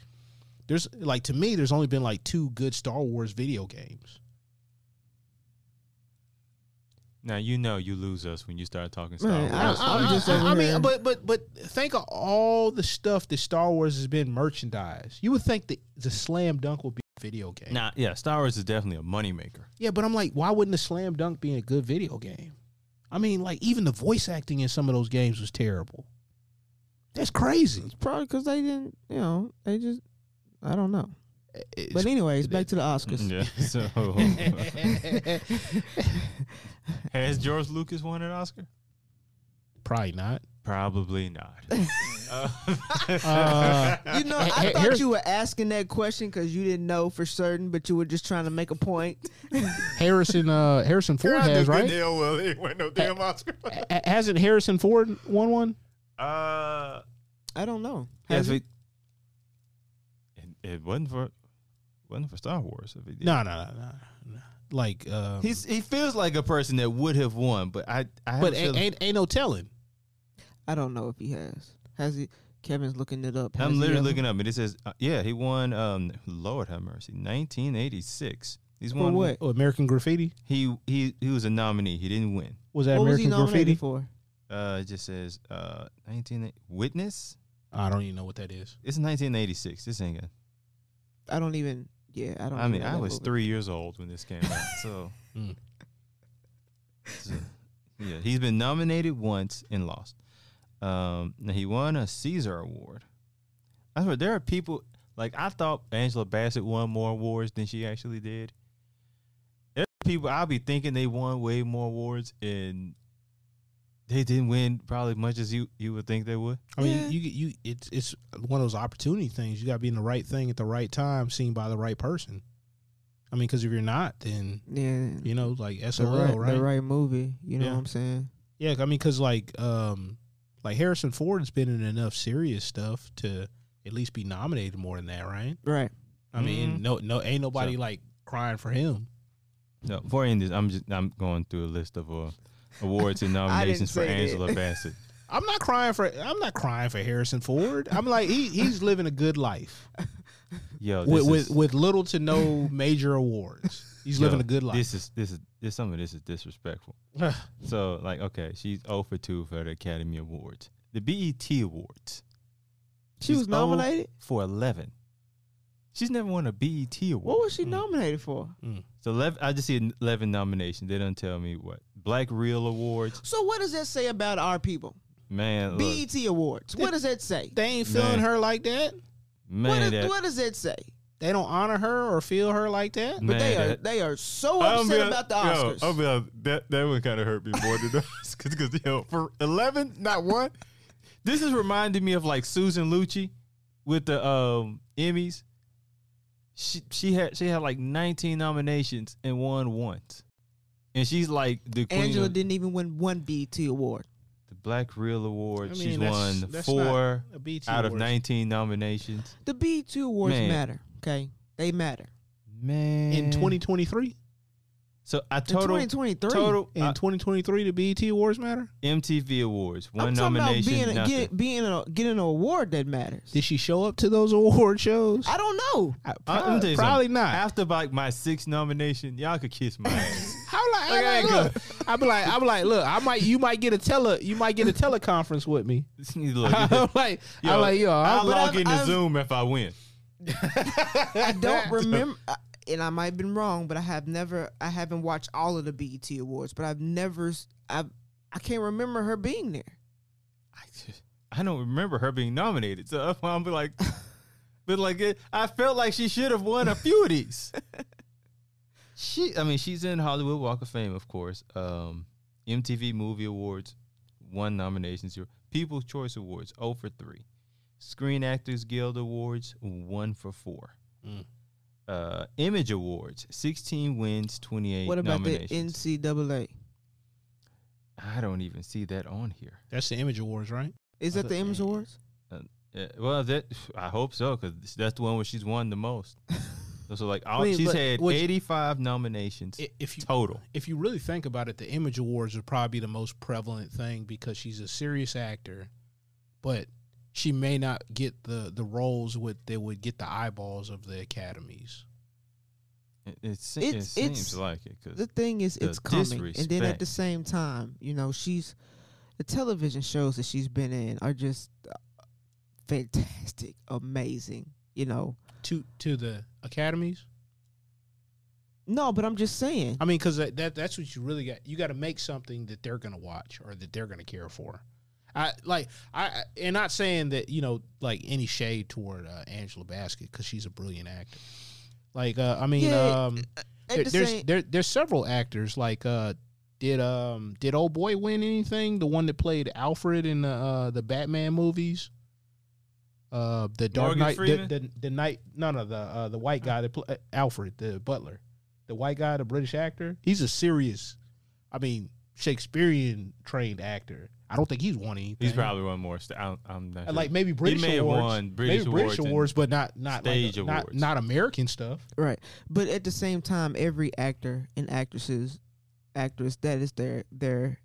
there's like to me, there's only been like two good Star Wars video games.
Now you know you lose us when you start talking Star
Man, I-
Wars.
I'm
I-
just
I-
over
I
here.
mean, but but but think of all the stuff that Star Wars has been merchandised. You would think that the slam dunk would be a video game.
now, yeah, Star Wars is definitely a moneymaker.
Yeah, but I'm like, why wouldn't a slam dunk be a good video game? I mean, like even the voice acting in some of those games was terrible. That's crazy.
It's probably because they didn't, you know, they just, I don't know. But anyways, back to the Oscars.
Yeah. So, [laughs] has George Lucas won an Oscar?
[laughs] Probably not.
Probably
[laughs]
not. [laughs] Uh,
[laughs] [laughs] You know,
Hey,
I
hey,
thought
Uh, here's-
you were asking that question because you didn't know for certain, but you were just trying to make a point.
Harrison uh, Harrison Ford has right.
Damn well, he won no damn
[laughs]
Oscar.
Ha- hasn't Harrison Ford won one?
Uh,
I don't know.
yeah,
Has
so
it-
it, it wasn't for wasn't for Star Wars. If he did.
No, no, no, no. no. Like, um,
He's, he feels like a person that would have won, but I, I have
but
a
ain't,
feeling-
ain't ain't no telling.
I don't know if he has. Has he? Kevin's looking it up. Has
I'm
he
literally
ever-
looking up, and it says, uh, yeah, he won. Um, Lord have mercy, 1986. He's
For
won
what?
Oh, American Graffiti
He he he was a nominee. He didn't win.
was that
what was he
American Graffiti?
nominated for?
Uh, it just says uh 19 Witness.
I don't even know what that is.
It's 1986. This ain't good.
I don't even. Yeah, I don't.
I mean,
even know
I
that
was
movie. Hmm.
three years old when this came out,
[laughs]
so.
Mm.
So, yeah, he's been nominated once and lost. Um, now he won a Caesar Award. I swear, there are people like I thought Angela Bassett won more awards than she actually did. There are people I'll be thinking they won way more awards and they didn't win probably much as you you would think they would.
I mean,
Yeah.
you you it's it's one of those opportunity things. You got to be in the right thing at the right time, seen by the right person. I mean, because if you're not, then
Yeah,
you know, like
the
SRL,
right,
right?
the right movie. You know
Yeah.
what I'm saying?
Yeah, I mean, because like, um, like Harrison Ford's been in enough serious stuff to at least be nominated more than that, right?
Right.
I mean,
Mhm.
no, no, ain't nobody
So-
like crying for him.
No, before I end this, I'm just I'm going through a list of uh, awards
[laughs]
and nominations for
say that.
Angela Bassett.
I'm not crying for. I'm not crying for Harrison Ford. I'm like he he's living a
[laughs]
good life
Yo, Oh, this
with with,
is-
with little to no major awards. He's
yo,
living a good life.
This is this is this some of this is disrespectful. [laughs] So, like, okay, she's 0 for 2 for the Academy Awards. The BET Awards
She
She's
was
old.
nominated.
for 11. She's never won a BET Award.
What was she
Mm.
nominated for?
So, 11, I just see 11 nominations. They don't tell me what. Black Reel Awards.
So what does that say about our people?
Man, look.
BET Awards. What does that say?
they ain't feeling
Man.
her like that.
What,
Man,
is,
that.
what does that say?
They don't honor her or feel her like that.
But they
man,
are
that-
they are so
I'm
upset
gonna-
about the
yo,
Oscars.
I'm gonna- that that one kind of hurt me more than [laughs] those because yo, for eleven, not one. This is reminding me of like Susan Lucci with the um, Emmys. She she had she had like 19 nominations and won once, and she's like the queen.
Angela
of-
didn't even win one BET E award.
Black Reel Award.
I
She's
mean, that's-
won
that's
four
A BT
out of
Awards.
19 nominations.
The B2 awards
Man.
matter. Okay. They matter.
Man.
in 2023.
So I
In
total.
2023.
Total
In
uh,
2023, the BET Awards matter.
MTV Awards. One
I'm talking about
nomination.
being a,
nothing.
get, being a, getting an award that matters.
Did she show up to those [laughs] award shows?
I don't know.
I-
I'm
prob-
gonna Uh, tell you
probably not.
After like my sixth nomination, y'all could kiss
[laughs]
my ass.
I'm like,
Like, I
I'm
ain't
like, look, I'm like, I'm like, look, I might, you might get a tele, you might get a teleconference with me.
Look,
[laughs]
[laughs]
I'm like, I'm like, yo,
I'll
I'm,
but
log
I've-
into
I've-
Zoom if I win.
I
[laughs]
[laughs]
don't remember, I- and I might have been wrong, but I have never, I haven't watched all of the BET awards, but I've never, s- I, I can't remember her being there.
I, just, I don't remember her being nominated, so [laughs] I'm be like, but like it, I felt like she should have won a few of these. [laughs] she, I mean, she's in Hollywood Walk of Fame, of course. Um, MTV Movie Awards, one nomination, zero. People's Choice Awards, zero for three. Screen Actors Guild Awards, one for four.
Mm.
Uh, Image Awards, sixteen wins, twenty eight
What about the
nominations.
NCAA?
I don't even see that on here.
That's the Image Awards, right?
Is
I
that the
thought-
Image Awards?
Yeah, Uh, well, that I hope so because that's the one where she's won the most.
[laughs]
so like, all,
I mean,
she's
but
had
would you-
eighty-five nominations
If you
total.
if you really think about it, the Image Awards would probably be the most prevalent thing because she's a serious actor, but she may not get the the roles with that would get the eyeballs of the academies.
It, it, se-
It's-
it
it's-
seems like it because
The thing is,
the
it's coming, and then
disrespect.
at the same time, you know, she's the television shows that she's been in are just uh, fantastic, amazing. You know,
To to the academies,
no, but I'm just saying,
I mean, because that, that that's what you really got. You got to make something that they're gonna watch or that they're gonna care for. I like I I- and not saying that you know like any shade toward uh, Angela Bassett because she's a brilliant actor. Like uh, I mean,
Yeah,
um,
at
there,
the
there's
same-
there, there's several actors like uh, did um did old boy win anything? The one that played Alfred in the uh, the Batman movies. Uh, the Dark
Morgan
Knight, the,
Freeman?
the the Knight, no, no, the uh, the white guy that played Alfred, the butler, the white guy, the British actor. He's a serious, I mean, Shakespearean trained actor. I don't think he's won anything.
he's probably won more. St- I'm, I'm not
Uh,
sure.
like maybe British
may have
awards,
won British
maybe British
awards and
awards, but not not like,
stage
not-
awards.
not American stuff.
Right. But at the same time, every actor and actresses actress that is their their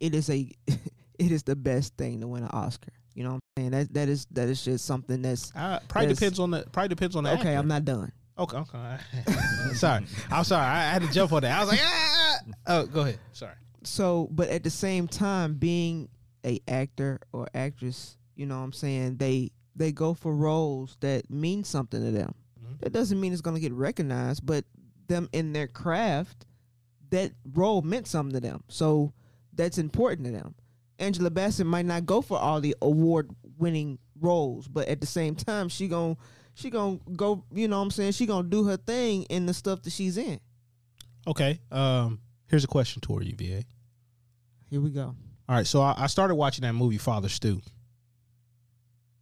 it is a [laughs] it is the best thing to win an Oscar. You know what I'm saying? That that is that is just something that's
Uh, probably
Yes.
depends on the probably depends on the
okay,
actor.
I'm not done.
Okay, okay. [laughs] sorry. I'm sorry. I, I had to jump on that. I was like, ah! oh, go ahead. Sorry.
So but at the same time being a actor or actress, you know what I'm saying, they they go for roles that mean something to them.
Mhm.
That doesn't mean it's gonna get recognized, but them in their craft that role meant something to them. So that's important to them. Angela Bassett might not go for all the award winning roles, but at the same time she gon' she gon' go you know what I'm saying, she gonna do her thing in the stuff that she's in.
Okay. Um, here's a question toward you, VA.
Here we go.
All right. So I, I started watching that movie, Father Stew.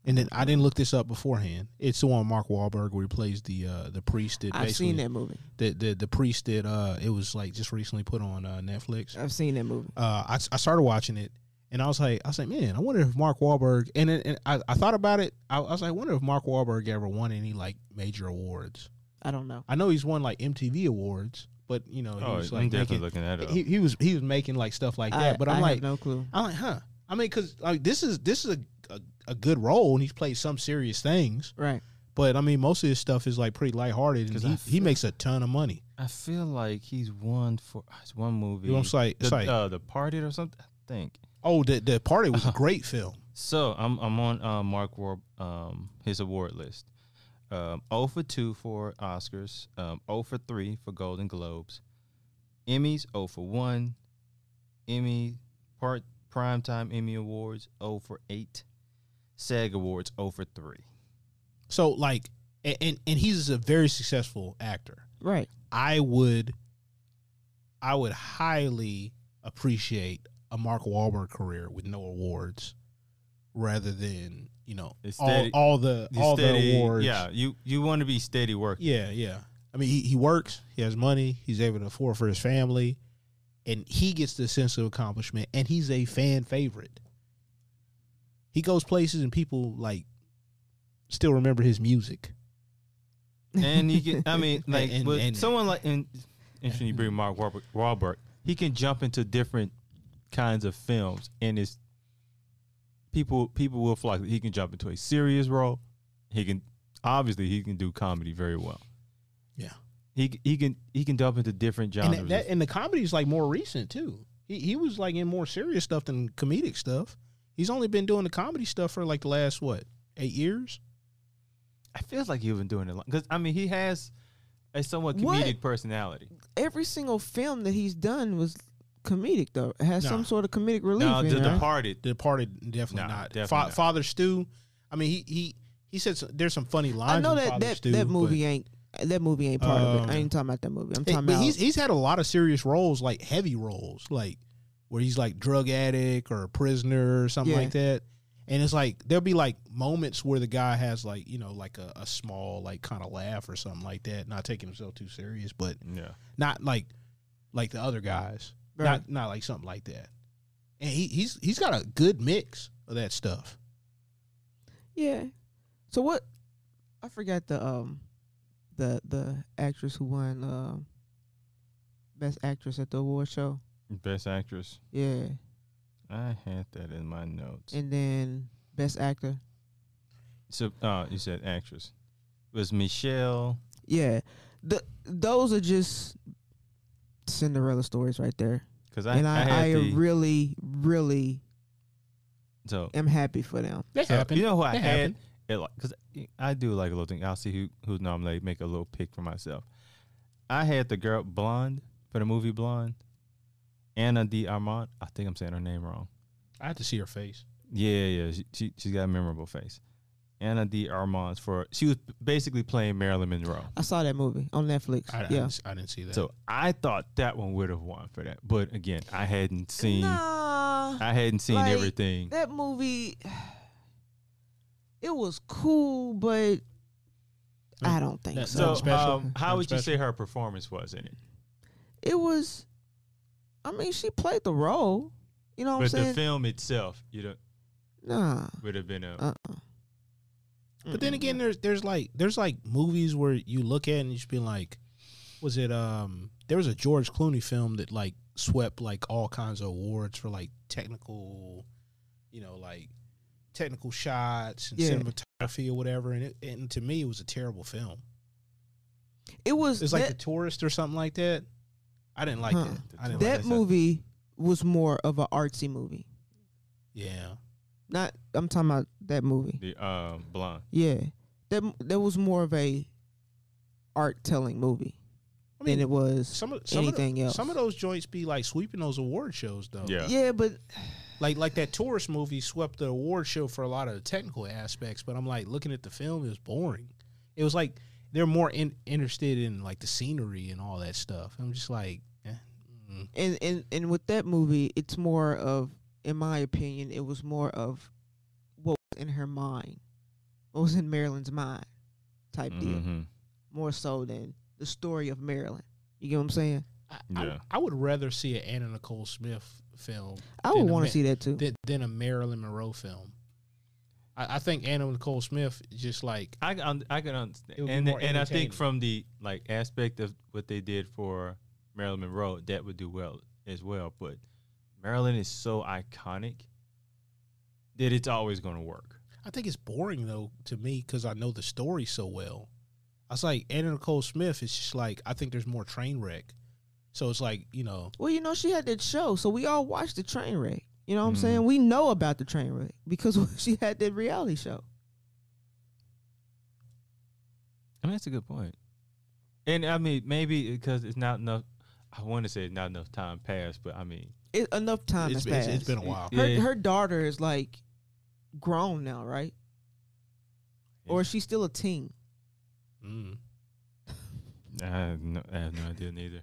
And then I didn't look this up beforehand. It's the one with Mark Wahlberg where he plays the uh, the priest that
I've
basically
seen that movie.
The, the the priest that uh it was like just recently put on uh, Netflix.
I've seen that movie.
uh, I, I started watching it, and I was like, I was like, man, I wonder if Mark Wahlberg. And, then- and I, I thought about it. I, I was like, I wonder if Mark Wahlberg ever won any like major awards.
I don't know.
I know he's won like MTV awards, but you know, he
oh,
was
I'm
like
definitely looking
making,
that up.
he, he was he was making like stuff like
I,
that. But I'm
I
like,
have no clue.
I'm like, huh? I mean, because like this is this is a, a a good role, and he's played some serious things.
Right.
But I mean, most of his stuff is like pretty lighthearted, and
'Cause
he,
I
he makes a ton of money.
I feel like he's won for it's one movie.
You know, it's like
the,
it's like
uh, the Parted or something. I think.
oh, the the party was a
Uh-huh.
great film.
So I'm I'm on uh, Mark War um his award list. Um, 0 for two for Oscars. Um, 0 for three for Golden Globes. Emmys 0 for one. Emmy part primetime Emmy awards 0 for eight. SAG awards 0 for three.
So like, and and, and he's a very successful actor.
Right.
I would, I would highly appreciate a Mark Wahlberg career with no awards, rather than you know
It's
all,
steady-
all the
You
all
steady-
the awards.
Yeah, you you want to be steady working.
yeah, yeah. I mean, he, he works. He has money. He's able to afford for his family. and he gets the sense of accomplishment and he's a fan favorite. He goes places and people like still remember his music.
and he can. [laughs] I mean, like
And-
with
and-
someone like and interesting. You bring Mark Wahlberg, Wahlberg. He can jump into different kinds of films, and it's people. People will flock. He can jump into a serious role. He can obviously he can do comedy very well.
Yeah.
He he can he can jump into different
And
genres.
that, that- and the comedy is like more recent too. He he was like in more serious stuff than comedic stuff. He's only been doing the comedy stuff for like the last what eight years.
I feels like you've been doing it because I mean he has a somewhat comedic
What?
personality.
Every single film that he's done was comedic though. It has some
Nah.
sort of comedic relief.
Now
in
the
it, right?
Departed.
The Departed definitely
Nah,
not.
definitely
Fa-
not.
Father Stew. I mean, he he he said some, there's some funny lines.
I know
in
that
Father
that,
Stew,
that
but-
movie ain't that movie ain't part of it. I
Um,
ain't talking about that movie. I'm
Hey,
talking
but
about
he's he's had a lot of serious roles, like heavy roles, like where he's like drug addict or a prisoner or something
Yeah.
like that. And it's like there'll be like moments where the guy has like you know like a, a small like kind of laugh or something like that, not taking himself too serious, but
Yeah.
not like like the other guys,
Right.
not not like something like that. And he, he's he's got a good mix of that stuff.
yeah. So what? I forgot the um the the actress who won um best actress at the award show.
Best actress.
Yeah,
I had that in my notes.
and then best actor.
So uh, you said actress. It was Michelle?
Yeah, the those are just Cinderella stories right there,
Because I,
and
I,
I, I,
had the
really really
so,
am happy for them.
That
so
happened.
you know who I
That
had because I do like a little thing. I'll see who who's nominated. Make a little pick for myself. I had the girl blonde for the movie Blonde, Anna D Armand. I think I'm saying her name wrong.
I had to see her face.
Yeah, yeah. She, she she's got a memorable face. Anna D Armand for she was basically playing Marilyn Monroe.
I saw that movie on Netflix.
I, I
yeah,
didn't, I didn't see that.
So I thought that one would have won for that, but again, I hadn't seen
Nah.
I hadn't seen
like,
everything.
that movie it was cool but i don't think
That-
so
So,
Nothing special.
um, how
Nothing
would you
special.
say her performance was in it?
it was i mean she played the role you know what
but
i'm
the
saying
film itself, you know,
nah
would have been a.
Uh,
uh-uh
But then again, there's there's like there's like movies where you look at it and you just be like, was it um? There was a George Clooney film that like swept like all kinds of awards for like technical, you know, like technical shots and
Yeah.
cinematography or whatever. And it, and to me, it was a terrible film.
it was
It's like The
that,
Tourist or something like that. I didn't like
Huh.
that.
The
I didn't like
that
Tourist.
that.
movie was more of an artsy movie
Yeah,
not i'm talking about that movie
The um, blonde.
yeah that m- that was more of a art telling movie
I mean,
than it was
some of some of,
anything
the,
else.
some of those joints be like sweeping those award shows though.
Yeah.
yeah but
like like that tourist movie swept the award show for a lot of the technical aspects but i'm like looking at the film it was boring it was like they're more in, interested in like the scenery and all that stuff i'm just like eh, mm.
and and and with that movie, it's more of, in my opinion, it was more of what was in her mind, what was in Marilyn's mind, type
Mm-hmm.
deal,
Mhm.
more so than the story of Marilyn. You get what I'm saying?
I, I-
Yeah.
I, would rather see an anna nicole smith film
I
Then
would
the
want
ma-
to see that too.
than, than a marilyn monroe film I, I think anna nicole smith is just like
I can un- I can
It would
understand,
be
and
more
and I think
entertaining.
from the like aspect of what they did for Marilyn Monroe, that would do well as well. But Marilyn is so iconic that it's always going to work.
I think it's boring though to me because I know the story so well. I was like Anna Nicole Smith. It's just like I think there's more train wreck, so it's like you know
Well, you know, she had that show, so we all watched the train wreck. You know what I'm
Mm-hmm.
Mhm.
saying? We know about the train wreck because [laughs] she had that reality show.
I mean, that's a good point. And I mean, maybe because it's not enough. I want to say not enough time passed, but I mean,
It, enough time
it's,
has
it's-
passed.
it's been a while.
Yeah.
her her daughter is like grown now, right? Or is she still a teen?
Mm.
I have no, I have no idea neither.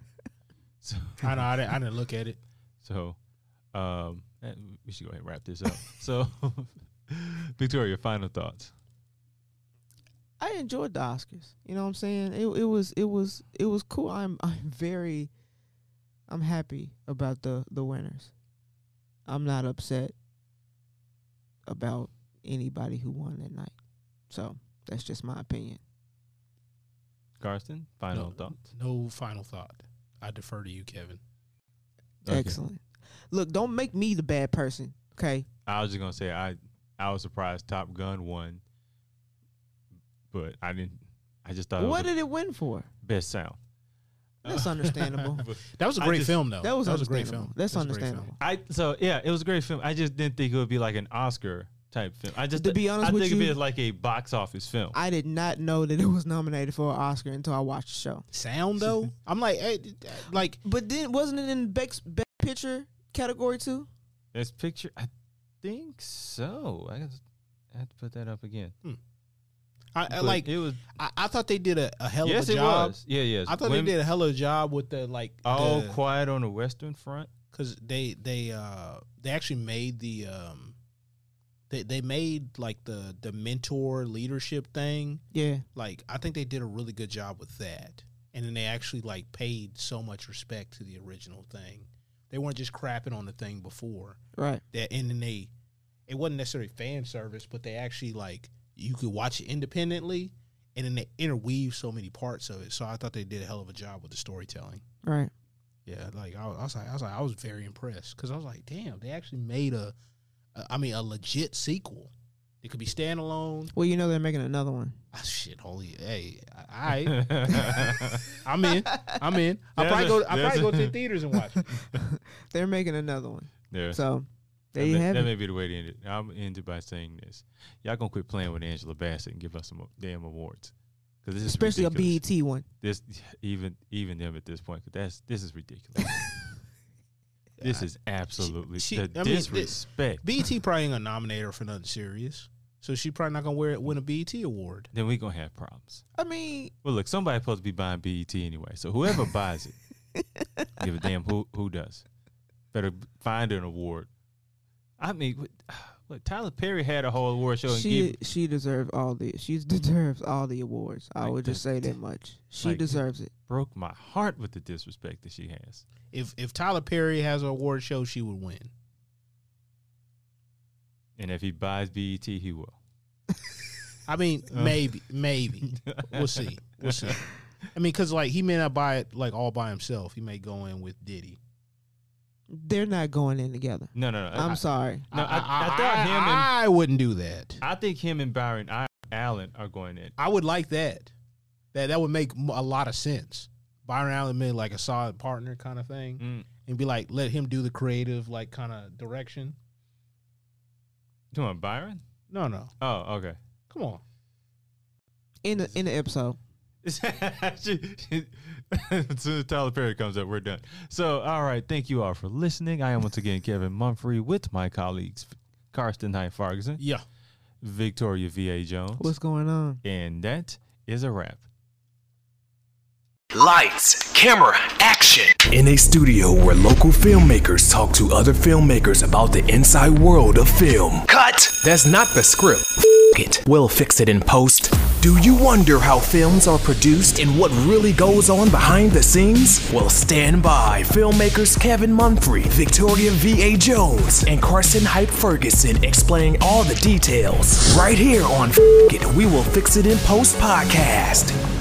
So,
I know I didn't, I didn't look at it.
so, um, eh, we should go ahead and wrap this up. so, [laughs] Victoria, final thoughts.
I enjoyed the [laughs] Oscars. You know what I'm saying? It it was it was it was cool. I'm I'm very I'm happy about the the winners. I'm not upset about anybody who won that night. So that's just my opinion.
Karsten, final
No.
thoughts.
No final thought. I defer to you, Kevin.
Okay.
Excellent. Look, don't make me the bad person. Okay.
I was just gonna say I I was surprised Top Gun won, but I didn't. I
Uh,
just thought
What
it was
did it win for?
the best sound.
[laughs]
That's understandable.
But
That was a
I
great
just-
film, though.
That was,
a great
understandable.
film.
That's
That was a great film.
understandable.
I so yeah, it was a great film. I just didn't think it would be like an Oscar type film. I just
To be honest
I
with
think
you-
it'd be like a box office film.
I did not know that it was nominated for an Oscar until I watched the show.
Sound though,
[laughs]
I'm like, eh, like
But then wasn't it in best, best picture category too?
This picture, I think so. I guess I have to put that up again.
I, I
But
like
it was.
I, I thought they did a, a hell
Yes,
of a
it
job.
was. Oh, Yeah, yes.
I thought
Women-
they did a hell of a job with the like
All
the-
quiet on the Western Front.
because they they uh they actually made the um they they made like the the mentor leadership thing
Yeah.
like i think they did a really good job with that and then they actually like paid so much respect to the original thing they weren't just crapping on the thing before
Right.
that and then they it wasn't necessarily fan service but they actually like you could watch it independently and then they interweave so many parts of it so i thought they did a hell of a job with the storytelling
Right.
yeah, like I was, I was like I was like I was very impressed because I was like, damn, they actually made a, a, I mean, a legit sequel. It could be standalone.
Well, you know they're making another one.
Ah, shit, holy, hey, I, I
I
I'm in,
[laughs]
I'm in. I
There's
probably
a-
go, I
there's
probably
a- [laughs]
go to the theaters and watch. it.
They're making another one.
there.
So there
that
you
may,
have
that
it.
may be the way to end it. I'm ended by saying this: y'all gonna quit playing with Angela Bassett and give us some damn awards, because this is
Especially
ridiculous.
a BET one.
This even even them at this point, 'cause that's this is ridiculous. this is absolutely
she-
the
I mean, the-
disrespect.
BT probably ain't gonna nominate her for nothing serious, so she probably not gonna wear it, win a BT award.
then we gonna have problems.
I
[laughs]
mean,
Well, look, somebody's supposed to be buying BET anyway, so whoever [laughs] buys it, give a damn who who does. Better find an award. I mean, [sighs] what, what Tyler Perry had a whole award show and
she
give
she deserves all the she deserves all the awards. I
Like
would just
that.
say that much. She
Like that.
deserves it.
broke my heart with the disrespect that she has.
If if Tyler Perry has an award show, she would win.
And if he buys BET, he
[laughs]
will.
I mean,
Uh.
maybe, maybe.
[laughs]
We'll see. We'll see. I mean, because like he may not buy it like all by himself. He may go in with Diddy.
They're not going in together.
No, no, no.
I'm
I,
sorry.
No, I- I thought him and-
I wouldn't do that.
I think him and Byron I, Allen are going in.
I would like that. That that would make m- a lot of sense. Byron Allen made like a solid partner kind of thing,
Mm.
and be like, let him do the creative like kind of direction.
Come on, Byron.
No, no,
Oh, okay. [laughs]
come on.
In the in the episode.
She- she- as soon as Tyler Perry comes up, we're done. So, all right. Thank you all for listening. I am once again Kevin Mumphrey with my colleagues Karsten High Ferguson,
Yeah.
Victoria V.A. Jones.
What's going on?
And that is a wrap.
Lights, camera, action. In a studio where local filmmakers talk to other filmmakers about the inside world of film. Cut! That's not the script. F- it. We'll fix it in post. Do you wonder how films are produced and what really goes on behind the scenes? Well, stand by. Filmmakers Kevin Mumphrey, Victoria V.A. Jones, and Carson Hype Ferguson explain all the details. Right here on F- It, We Will Fix It in Post podcast.